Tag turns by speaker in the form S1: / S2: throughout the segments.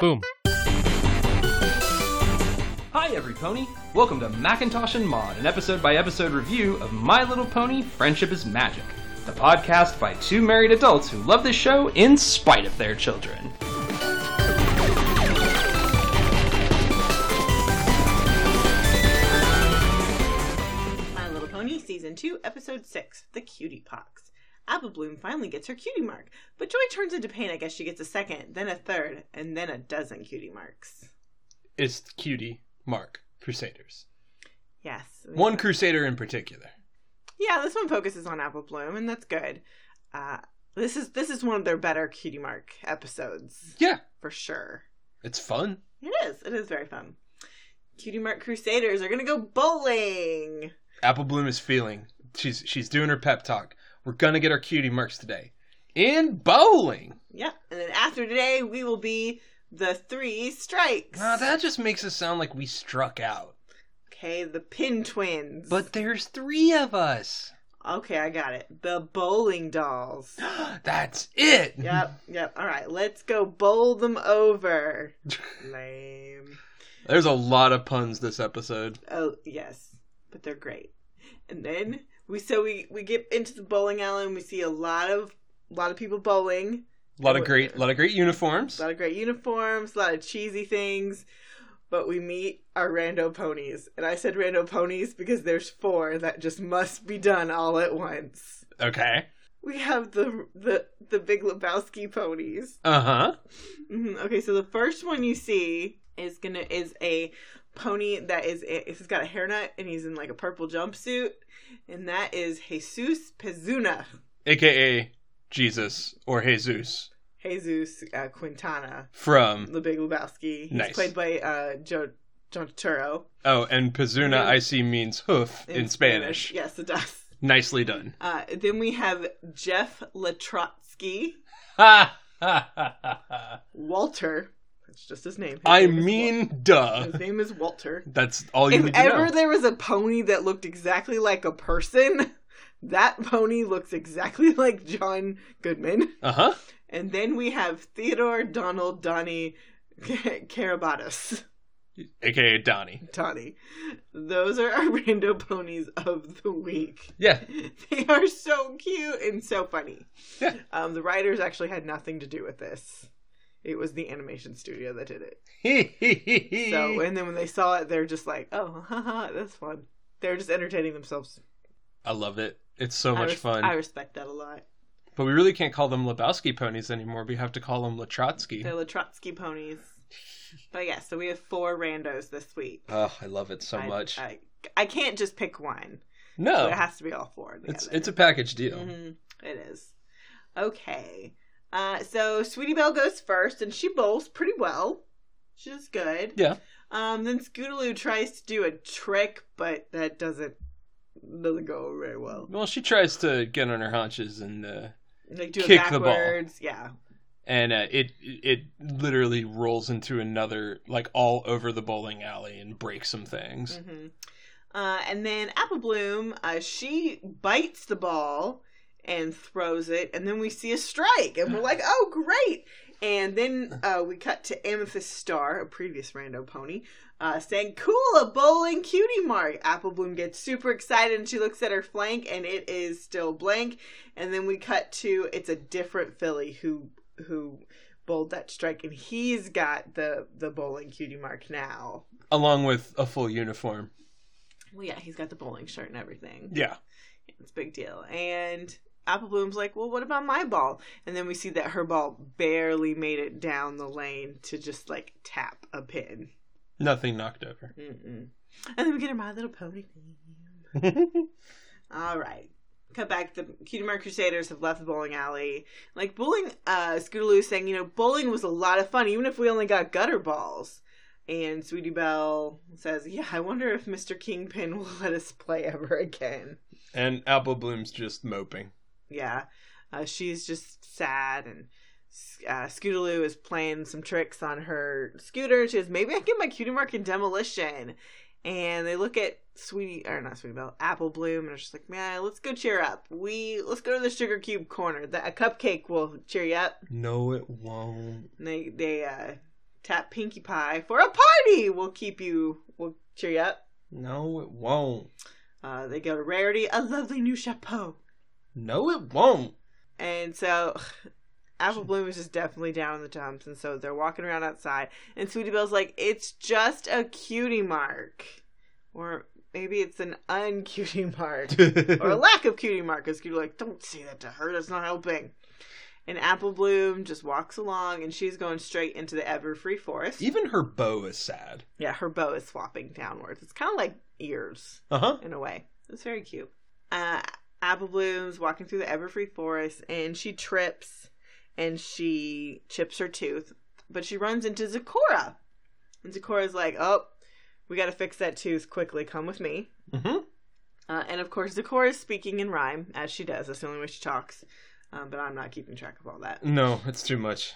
S1: Boom.
S2: Hi, every pony. Welcome to Macintosh and Mod, an episode by episode review of My Little Pony Friendship is Magic, the podcast by two married adults who love this show in spite of their children.
S3: My Little Pony Season 2, Episode 6 The Cutie Pox. Apple Bloom finally gets her cutie mark, but Joy turns into pain. I guess she gets a second, then a third, and then a dozen cutie marks.
S1: It's cutie Mark Crusaders.
S3: Yes.
S1: One Crusader in particular.
S3: Yeah, this one focuses on Apple Bloom, and that's good. Uh, this is this is one of their better cutie mark episodes
S1: Yeah,
S3: for sure.
S1: it's fun.
S3: It is. It is very fun. Cutie Mark Crusaders are gonna go bowling.
S1: Apple Bloom is feeling. She's she's doing her pep talk. We're gonna get our cutie marks today. In bowling.
S3: Yeah, and then after today, we will be the three strikes.
S1: Now that just makes us sound like we struck out.
S3: Okay, the Pin Twins.
S1: But there's three of us.
S3: Okay, I got it. The bowling dolls.
S1: That's it.
S3: yep, yep. All right, let's go bowl them over. Lame.
S1: There's a lot of puns this episode.
S3: Oh yes, but they're great. And then we so we we get into the bowling alley and we see a lot of a lot of people bowling,
S1: A lot of great, a lot of great uniforms.
S3: a lot of great uniforms, a lot of cheesy things. But we meet our rando ponies, and I said rando ponies because there's four that just must be done all at once.
S1: Okay.
S3: We have the the the Big Lebowski ponies.
S1: Uh huh.
S3: Mhm. Okay, so the first one you see is gonna is a pony that is he's got a hairnet and he's in like a purple jumpsuit, and that is Jesus Pezuna,
S1: AKA Jesus or Jesus
S3: Jesus uh, Quintana,
S1: from
S3: the Big Lebowski. He's
S1: Nice.
S3: played by uh, Joe John Turturro
S1: oh, and Pizuna
S3: Yeah.
S1: I see means hoof in, Spanish.
S3: Yes, it does.
S1: Nicely done.
S3: Uh, then we have Jeff Latrotsky,
S1: Ha ha ha ha. ha.
S3: Walter. That's just his name. His
S1: I
S3: name is Wal-
S1: mean, duh.
S3: his name is Walter.
S1: That's all Oh, you
S3: if
S1: need to
S3: ever
S1: know.
S3: there was a pony that looked exactly like a person, that pony looks exactly like John Goodman.
S1: Uh huh.
S3: And then we have Theodore Donald Donnie Karabatis.
S1: AKA Donnie.
S3: Donnie. Those are our rando ponies of the week.
S1: Yeah.
S3: They are so cute and so funny.
S1: Yeah.
S3: Um, the writers actually had nothing to do with this. It was the animation studio that did it. So,
S1: Eh.
S3: and then when they saw it, they're just like, "Oh, haha, that's fun." They're just entertaining themselves.
S1: I love it. It's so
S3: I
S1: much
S3: res-
S1: fun.
S3: I respect that a lot.
S1: But we really can't call them Lebowski ponies anymore. We have to call them Latrotsky.
S3: They're Latrotsky ponies. But yeah, so we have four randos this week.
S1: Oh, I love it so
S3: I-
S1: much.
S3: I, I can't just pick one.
S1: no,
S3: It has to be all four. Together.
S1: it's it's a package deal.
S3: Mhm, It is. Okay. Uh, so Sweetie Belle goes first, and she bowls pretty well. She's good.
S1: Yeah.
S3: Um. Then Scootaloo tries to do a trick, but that doesn't doesn't go very well.
S1: Well, she tries to get on her haunches and uh,
S3: Like do it
S1: Kick the ball.
S3: backwards. Yeah.
S1: and uh, it it literally rolls into another like all over the bowling alley and breaks some things.
S3: hmm Uh, and then Apple Bloom, uh, she bites the ball and throws it, and then we see a strike, and we're like, "Oh, great!" And then uh, we cut to Amethyst Star, a previous rando pony, uh, saying, "Cool, a bowling cutie mark." Apple Bloom gets super excited, and she looks at her flank, and it is still blank. And then we cut to it's a different filly who who bowled that strike, and he's got the the bowling cutie mark now.
S1: Along with a full uniform.
S3: Well, yeah, he's got the bowling shirt and everything.
S1: Yeah.
S3: It's a big deal. And Apple Bloom's like, well, what about my ball? And then we see that her ball barely made it down the lane to just like tap a pin.
S1: Nothing knocked over.
S3: Mm-mm. And then we get her My Little Pony theme. All right. Cut back. The Cutie Mark Crusaders have left the bowling alley. Like, bowling, uh, Scootaloo is saying, you know, bowling was a lot of fun, even if we only got gutter balls. And Sweetie Belle says, yeah, I wonder if Mr. Kingpin will let us play ever again.
S1: and Apple Bloom's just moping.
S3: yeah, uh, she's just sad and uh, Scootaloo is playing some tricks on her scooter. and She says, "Maybe I can get my cutie mark in demolition." And they look at Sweetie or not Sweetie Belle, Apple Bloom, and they're just like, "Man, let's go cheer up. We let's go to the sugar cube corner. The, a cupcake will cheer you up."
S1: No, it won't.
S3: And they they uh, Tap Pinkie Pie for a party. We'll keep you. We'll cheer you up.
S1: No, it won't.
S3: Uh, they go to Rarity, a lovely new chapeau.
S1: No, it won't.
S3: And so Apple Bloom is just definitely down in the dumps. And so they're walking around outside. And Sweetie Belle's like, it's just a cutie mark. Or maybe it's an uncutie mark. or a lack of cutie mark. Because you're like, don't say that to her. That's not helping. And Apple Bloom just walks along and she's going straight into the Everfree Forest.
S1: Even her bow is sad.
S3: Yeah, her bow is swapping downwards. It's kind of like ears
S1: Uh huh.
S3: in a way. It's very cute. Uh, Apple Bloom's walking through the Everfree Forest and she trips and she chips her tooth, but she runs into Zakora. And Zakora's like, Oh, we got to fix that tooth quickly. Come with me.
S1: Mm-hmm.
S3: Uh, and of course, Zakora is speaking in rhyme, as she does. That's the only way she talks. Um, but I'm not keeping track of all that.
S1: No, it's too much.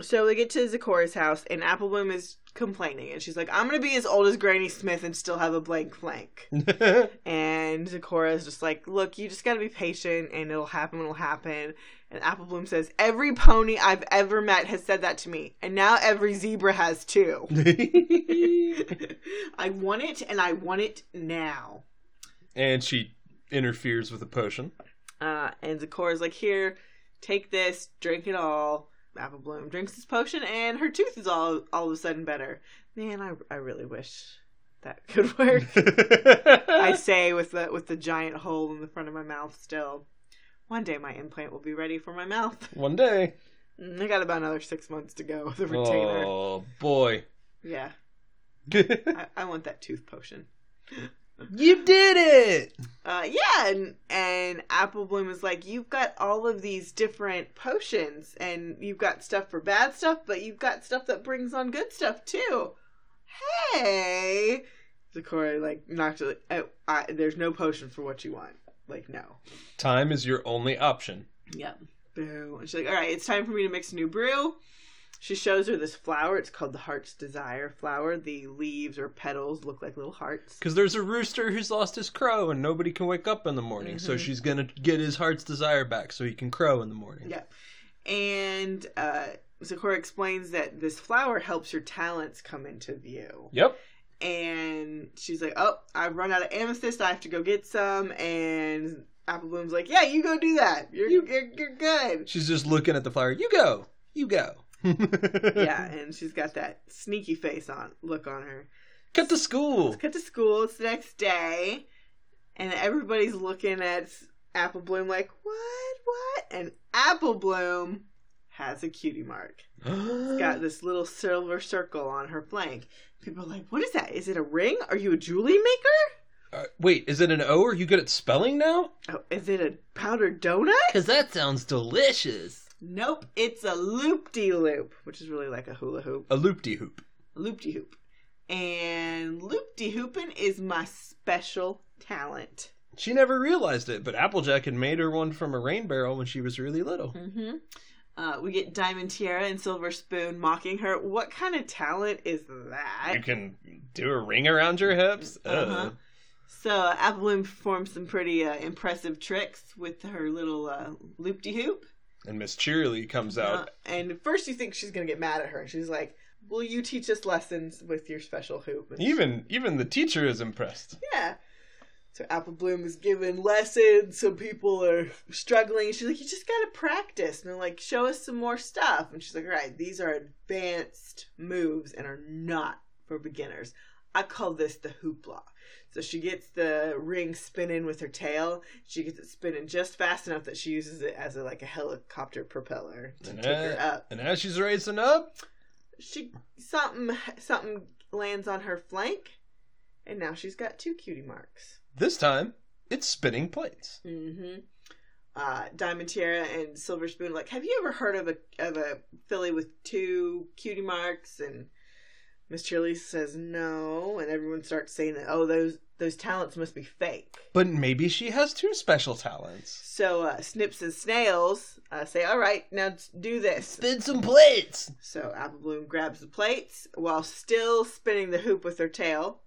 S3: So they get to Zakora's house, and Apple Bloom is complaining. And she's like, I'm going to be as old as Granny Smith and still have a blank flank. And Zakora's just like, look, you just gotta be patient and it'll happen when it'll happen. And Apple Bloom says, every pony I've ever met has said that to me. And now every zebra has too. I want it and I want it now.
S1: and she interferes with a potion.
S3: Uh, and Zakora's like, here, take this, drink it all. Apple Bloom drinks this potion and her tooth is all, all of a sudden better. Man, I, I really wish that could work. I say with the with the giant hole in the front of my mouth still. One day my implant will be ready for my mouth.
S1: One day.
S3: Mm, I got about another six months to go with a retainer.
S1: Oh boy.
S3: Yeah.
S1: you
S3: I, I want that tooth potion.
S1: did it.
S3: Uh yeah, and and Apple Bloom is like, You've got all of these different potions and you've got stuff for bad stuff, but you've got stuff that brings on good stuff too. Hey Zakora like knocked it like, oh, I, there's no potion for what you want. Like no.
S1: Time is your only option.
S3: Yep. Boo. And she's like, all right, it's time for me to mix a new brew. She shows her this flower. It's called the Heart's Desire flower. The leaves or petals look like little hearts.
S1: Because there's a rooster who's lost his crow and nobody can wake up in the morning. So
S3: Mhm.
S1: she's going to get his heart's desire back so he can crow in the morning.
S3: Yep. And uh, Sakura explains that this flower helps your talents come into view.
S1: Yep.
S3: And she's like, oh, I've run out of amethyst. I have to go get some. And Apple Bloom's like, yeah, you go do that. You're, you're, you're good.
S1: She's just looking at the flower. You go. You go.
S3: yeah, and she's got that sneaky face on look on her.
S1: Cut to school.
S3: Let's cut to school. It's the next day, and everybody's looking at Apple Bloom like, "What? What?" And Apple Bloom has a cutie mark. It's got this little silver circle on her flank. People are like, "What is that? Is it a ring? Are you a jewelry maker?
S1: Uh, wait, is it an O? Are you good at spelling now?
S3: Oh, is it a powdered donut?
S1: Because that sounds delicious.
S3: Nope, it's a loop de loop, which is really like a hula hoop,
S1: A loop de hoop.
S3: loop de hoop." And loop de hooping is my special talent.
S1: She never realized it, but Applejack had made her one from a rain barrel when she was really little.
S3: hmm Uh, we get Diamond Tiara and Silver Spoon mocking her. What kind of talent is that?
S1: can do a ring around your hips? uh,
S3: Uh-huh.
S1: Ugh.
S3: So Apple Bloom performs some pretty uh, impressive tricks with her little uh, loop de hoop.
S1: And Miss Cheerily comes out.
S3: and at first you think she's gonna get mad at her. She's like, "Will you teach us lessons with your special hoop?" And-
S1: Even even the teacher is impressed.
S3: yeah. So Apple Bloom is giving lessons. Some people are struggling. She's like, "You just gotta practice." And they're like, "Show us some more stuff." And she's like, "All right, these are advanced moves and are not for beginners. I call this the hoopla." So she gets the ring spinning with her tail. She gets it spinning just fast enough that she uses it as a, like a helicopter propeller to
S1: And
S3: take her
S1: that-
S3: up
S1: And as she's racing up,
S3: she something something lands on her flank, and now she's got two cutie marks.
S1: this time it's spinning plates.
S3: Mm-hmm. Uh, Diamond Tiara and Silver Spoon, are like, have you ever heard of a of a filly with two cutie marks? And Miss Shirley says no, and everyone starts saying that oh those those talents must be fake.
S1: But maybe she has two special talents.
S3: So uh, Snips and Snails uh, say, all right, now t- do this.
S1: Spin some plates.
S3: So Apple Bloom grabs the plates while still spinning the hoop with her tail.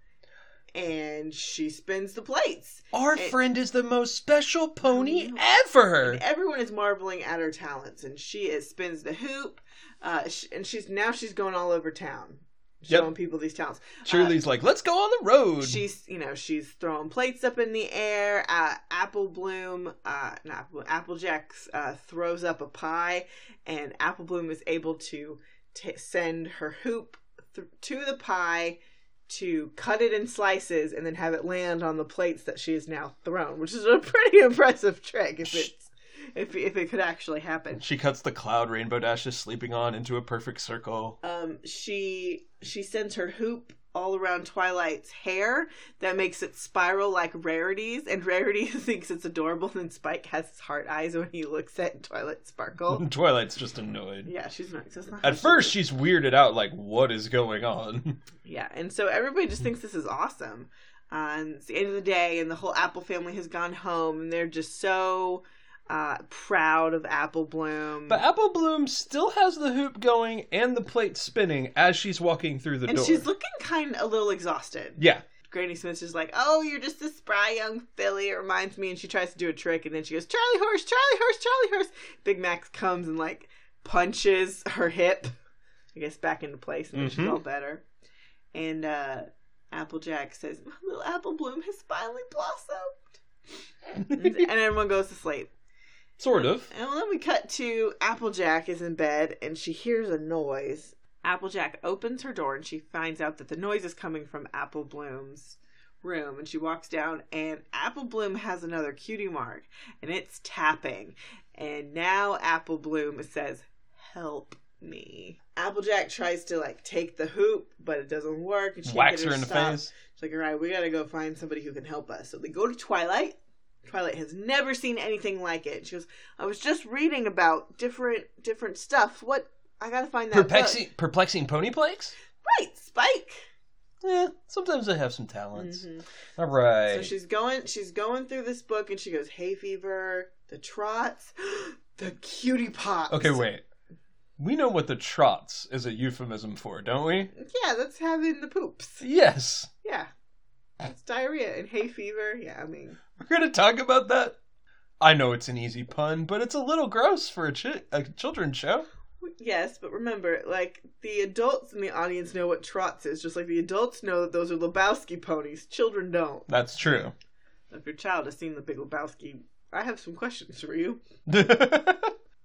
S3: and she spins the plates.
S1: Our
S3: It-
S1: friend is the most special pony ever.
S3: And everyone is marveling at her talents, and she is spins the hoop, uh, sh- and she's now she's going all over town,
S1: Yep.
S3: showing people these talents.
S1: Shirley's like, let's go on the road.
S3: She's you know she's throwing plates up in the air. Uh, Apple Bloom, uh, not Apple, Applejack uh, throws up a pie, and Apple Bloom is able to t- send her hoop th- to the pie to cut it in slices and then have it land on the plates that she has now thrown, which is a pretty impressive trick if it's if if it could actually happen.
S1: she cuts the cloud Rainbow Dash is sleeping on into a perfect circle.
S3: um, she she sends her hoop all around Twilight's hair that makes it spiral like Rarity's, and Rarity thinks it's adorable. And Spike has his heart eyes when he looks at Twilight Sparkle.
S1: Twilight's just annoyed.
S3: Oh. yeah, she's not. That's not how
S1: At
S3: she
S1: first,
S3: is.
S1: she's weirded out, like, what is going on?
S3: yeah, and so everybody just thinks this is awesome. Uh, and it's the end of the day, and the whole Apple family has gone home, and they're just so uh, proud of Apple Bloom.
S1: But Apple Bloom still has the hoop going and the plate spinning as she's walking through the
S3: and
S1: door.
S3: she's looking kind of a little exhausted.
S1: yeah,
S3: Granny Smith's just like, oh, you're just a spry young filly. It reminds me. And she tries to do a trick. And then she goes, Charlie horse, Charlie horse, Charlie horse. Big Max comes and like punches her hip, I guess, back into place. And then she's
S1: Mhm.
S3: all better. And uh, Applejack says, my little apple bloom has finally blossomed. and and everyone goes to sleep.
S1: sort of.
S3: And then we cut to Applejack is in bed and she hears a noise. Applejack opens her door and she finds out that the noise is coming from Apple Bloom's room and she walks down and Apple Bloom has another cutie mark and it's tapping. And now Apple Bloom says, "Help me." Applejack tries to like take the hoop, but it doesn't work and she can't
S1: Whacks
S3: get
S1: her in
S3: to
S1: the
S3: stop.
S1: face.
S3: It's like, all right, we gotta go find somebody who can help us. So they go to Twilight. Twilight has never seen anything like it. She goes, I was just reading about different different stuff. What I gotta find that book.
S1: Perplexing, perplexing pony plagues?
S3: Right, Spike.
S1: Yeah, sometimes they have some talents.
S3: Mhm.
S1: All right.
S3: So she's going she's going through this book and she goes, Hay fever, the trots, the cutie pops.
S1: okay, wait. We know what the trots is a euphemism for, don't we?
S3: Yeah, that's having the poops.
S1: Yes.
S3: Yeah. It's diarrhea and hay fever. Yeah, I mean
S1: We're going to talk about that. I know it's an easy pun, but it's a little gross for a, chi- a children's show.
S3: Yes, but remember, like the adults in the audience know what trots is, just like the adults know that those are Lebowski ponies. Children don't.
S1: That's true.
S3: If your child has seen the Big Lebowski, I have some questions for you.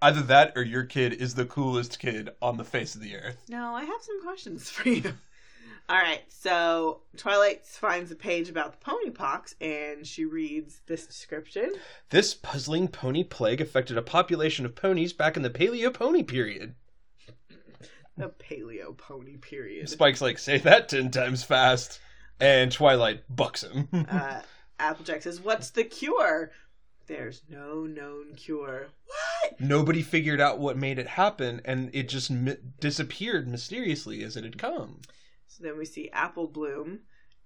S1: Either that or your kid is the coolest kid on the face of the earth.
S3: No, I have some questions for you. All right, so Twilight finds a page about the pony pox, and she reads this description.
S1: This puzzling pony plague affected a population of ponies back in the Paleo pony period.
S3: The paleo pony period.
S1: Spike's like, say that ten times fast. And Twilight bucks him.
S3: Uh, Applejack says, "What's the cure?" There's no known cure. What?
S1: Nobody figured out what made it happen, and it just mi- disappeared mysteriously as it had come.
S3: So then we see Apple Bloom,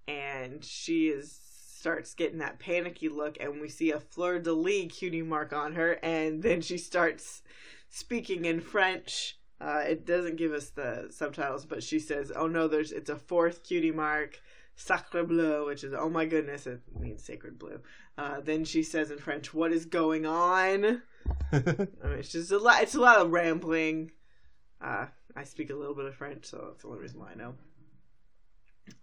S3: and she is starts getting that panicky look, and we see a fleur de lis cutie mark on her, and then she starts speaking in French. Uh, it doesn't give us the subtitles, but she says, "Oh no, there's it's a fourth cutie mark." Sacre bleu, which is oh my goodness, it means sacred blue. Uh, then she says in French, "What is going on?" I mean, it's just a lot. It's a lot of rambling. Uh, I speak a little bit of French, so that's the only reason why I know.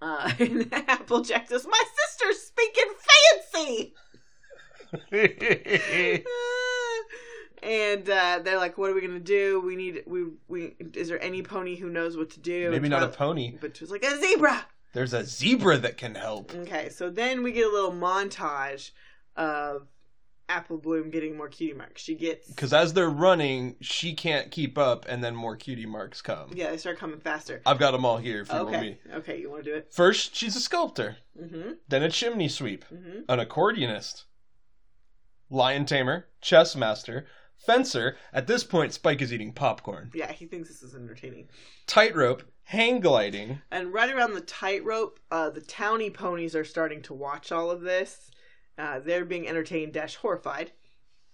S3: Uh, and Applejack says, "My sister's speaking fancy," Uh, and uh, they're like, "What are we gonna do? We need we we. Is there any pony who knows what to do?"
S1: Maybe
S3: And
S1: not a
S3: Twilight-
S1: pony.
S3: but she's like a zebra.
S1: There's a zebra that can help.
S3: Okay, so then we get a little montage of Apple Bloom getting more cutie marks. She gets
S1: Because as they're running, she can't keep up, and then more cutie marks come.
S3: yeah, they start coming faster.
S1: I've got them all here if you want
S3: Okay,
S1: me.
S3: okay, you want to do it?
S1: First, she's a sculptor,
S3: Mm-hmm.
S1: then a chimney sweep,
S3: Mm-hmm.
S1: an accordionist, lion tamer, chess master, fencer. At this point, Spike is eating popcorn,
S3: Yeah, he thinks this is entertaining.
S1: tightrope, hang gliding.
S3: And right around the tightrope, uh, the townie ponies are starting to watch all of this. Uh, they're being entertained dash horrified.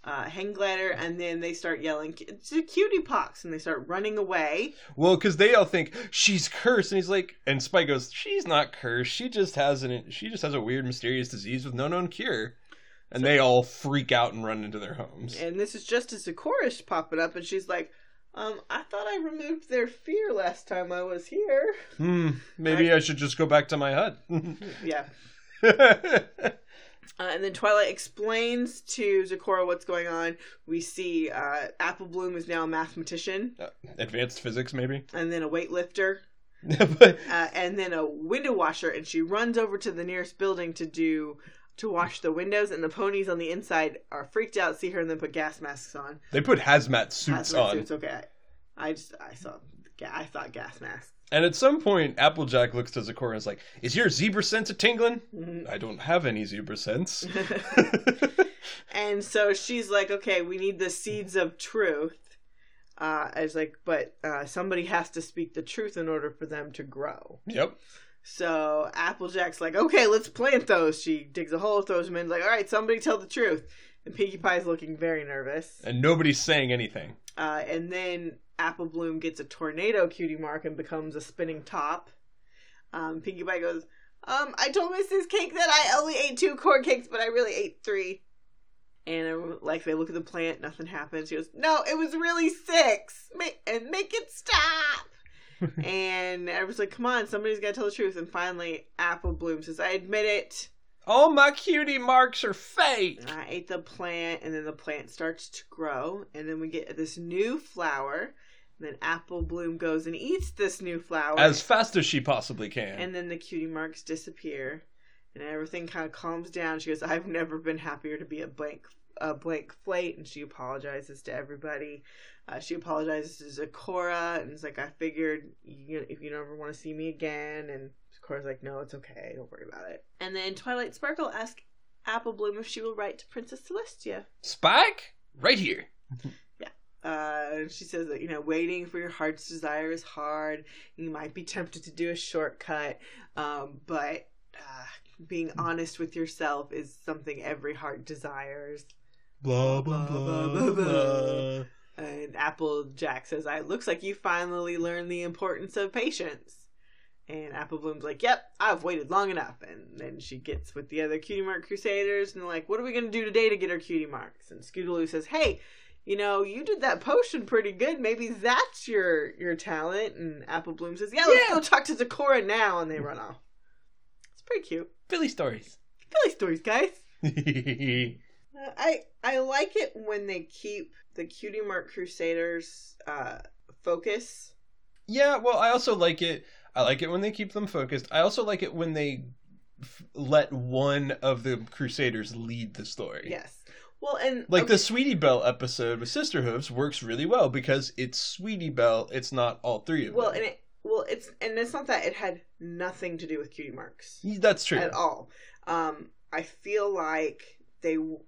S3: uh, hang glider, and then they start yelling, "It's a cutie pox!" and they start running away.
S1: Well, because they all think she's cursed, and he's like, and Spike goes, "She's not cursed. She just has an she just has a weird, mysterious disease with no known cure." And they all freak out and run into their homes.
S3: And this is just as the chorus popping up, and she's like, um, "I thought I removed their fear last time I was here."
S1: Hmm, maybe I should just go back to my hut.
S3: Yeah. Uh, and then Twilight explains to Zakora what's going on. We see uh, Apple Bloom is now a mathematician,
S1: Advanced physics, maybe.
S3: and then a weightlifter,
S1: but
S3: uh, and then a window washer. And she runs over to the nearest building to do to wash the windows. And the ponies on the inside are freaked out, see her, and then put gas masks on.
S1: they put hazmat suits
S3: Hazmat
S1: on.
S3: suits, okay. I just I saw ga- I thought gas masks.
S1: And at some point, Applejack looks to Zakora and is like, Is your zebra sense a tingling?
S3: Mhm.
S1: I don't have any zebra sense.
S3: and so she's like, okay, we need the seeds of truth. Uh, I was like, but uh, somebody has to speak the truth in order for them to grow.
S1: yep.
S3: So Applejack's like, okay, let's plant those. She digs a hole, throws them in, like, all right, somebody tell the truth. And Pinkie Pie's looking very nervous.
S1: And nobody's saying anything.
S3: Uh, and then Apple Bloom gets a tornado cutie mark and becomes a spinning top. Um, Pinkie Pie goes, um, I told Mrs. Cake that I only ate two corn cakes, but I really ate three. And everyone- like they look at the plant, nothing happens. She goes, No, it was really six. Make and make it stop. and everyone's like, Come on, somebody's got to tell the truth. And finally, Apple Bloom says, I admit it.
S1: All my cutie marks are fake.
S3: I ate the plant, and then the plant starts to grow, and then we get this new flower. And then Apple Bloom goes and eats this new flower,
S1: As fast as she possibly can.
S3: and then the cutie marks disappear, and everything kind of calms down. She goes, "I've never been happier to be a blank." A blank plate, and she apologizes to everybody. Uh, she apologizes to Zakora, and it's like, I figured you, if you never want to see me again, and Zakora's like, No, it's okay, don't worry about it. And then Twilight Sparkle asks Apple Bloom if she will write to Princess Celestia.
S1: Spike? Right here.
S3: Uh, she says that you know waiting for your heart's desire is hard. You might be tempted to do a shortcut, um, but uh, being honest with yourself is something every heart desires.
S1: Blah,
S3: Blah, blah, blah, blah. And Applejack says, "I looks like you finally learned the importance of patience." And Apple Bloom's like, "Yep, I've waited long enough." And then she gets with the other cutie mark crusaders, and they're like, "What are we gonna do today to get our cutie marks?" And Scootaloo says, "Hey, you know, you did that potion pretty good. Maybe that's your your talent." And Apple Bloom says, "Yeah, let's go talk to Decora now." And they run off. It's pretty cute.
S1: Billy stories.
S3: Philly stories, guys.
S1: yeah.
S3: Uh, I I like it when they keep the cutie mark crusaders uh, focus.
S1: Well, I also like it. I like it when they keep them focused. I also like it when they f- let one of the Crusaders lead the story.
S3: Yes. Well, and
S1: Like
S3: okay,
S1: the Sweetie Belle episode with Sister Hooves works really well because it's Sweetie Belle. It's not all three of
S3: Well, and
S1: them.
S3: it well it's and it's not that it had nothing to do with cutie marks
S1: that's true.
S3: at all. Um, I feel like they w-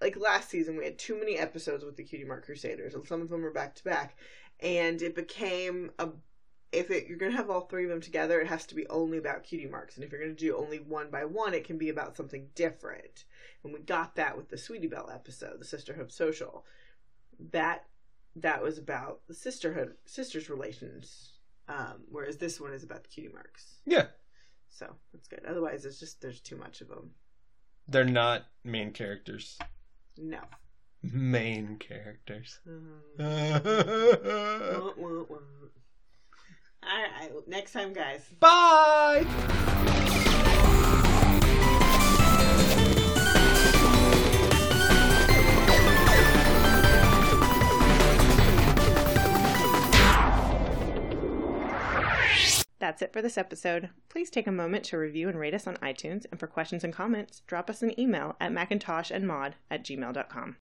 S3: like last season we had too many episodes with the cutie mark crusaders, and some of them were back to back, and it became a if it, you're gonna have all three of them together, it has to be only about cutie marks, and if you're gonna do only one by one, it can be about something different. And we got that with the Sweetie Belle episode, the Sisterhood Social. That that was about the sisterhood sisters relations, um, whereas this one is about the cutie marks.
S1: Yeah.
S3: So that's good. Otherwise, it's just there's too much of them.
S1: They're not main characters.
S3: No.
S1: Main characters. Mm-hmm. Uh,
S3: Mm.
S1: Bye!
S3: Wah, wah, wah. All right, well, next time, guys. That's it for this episode. Please take a moment to review and rate us on iTunes, and for questions and comments, drop us an email at macintoshandmod at gmail.com.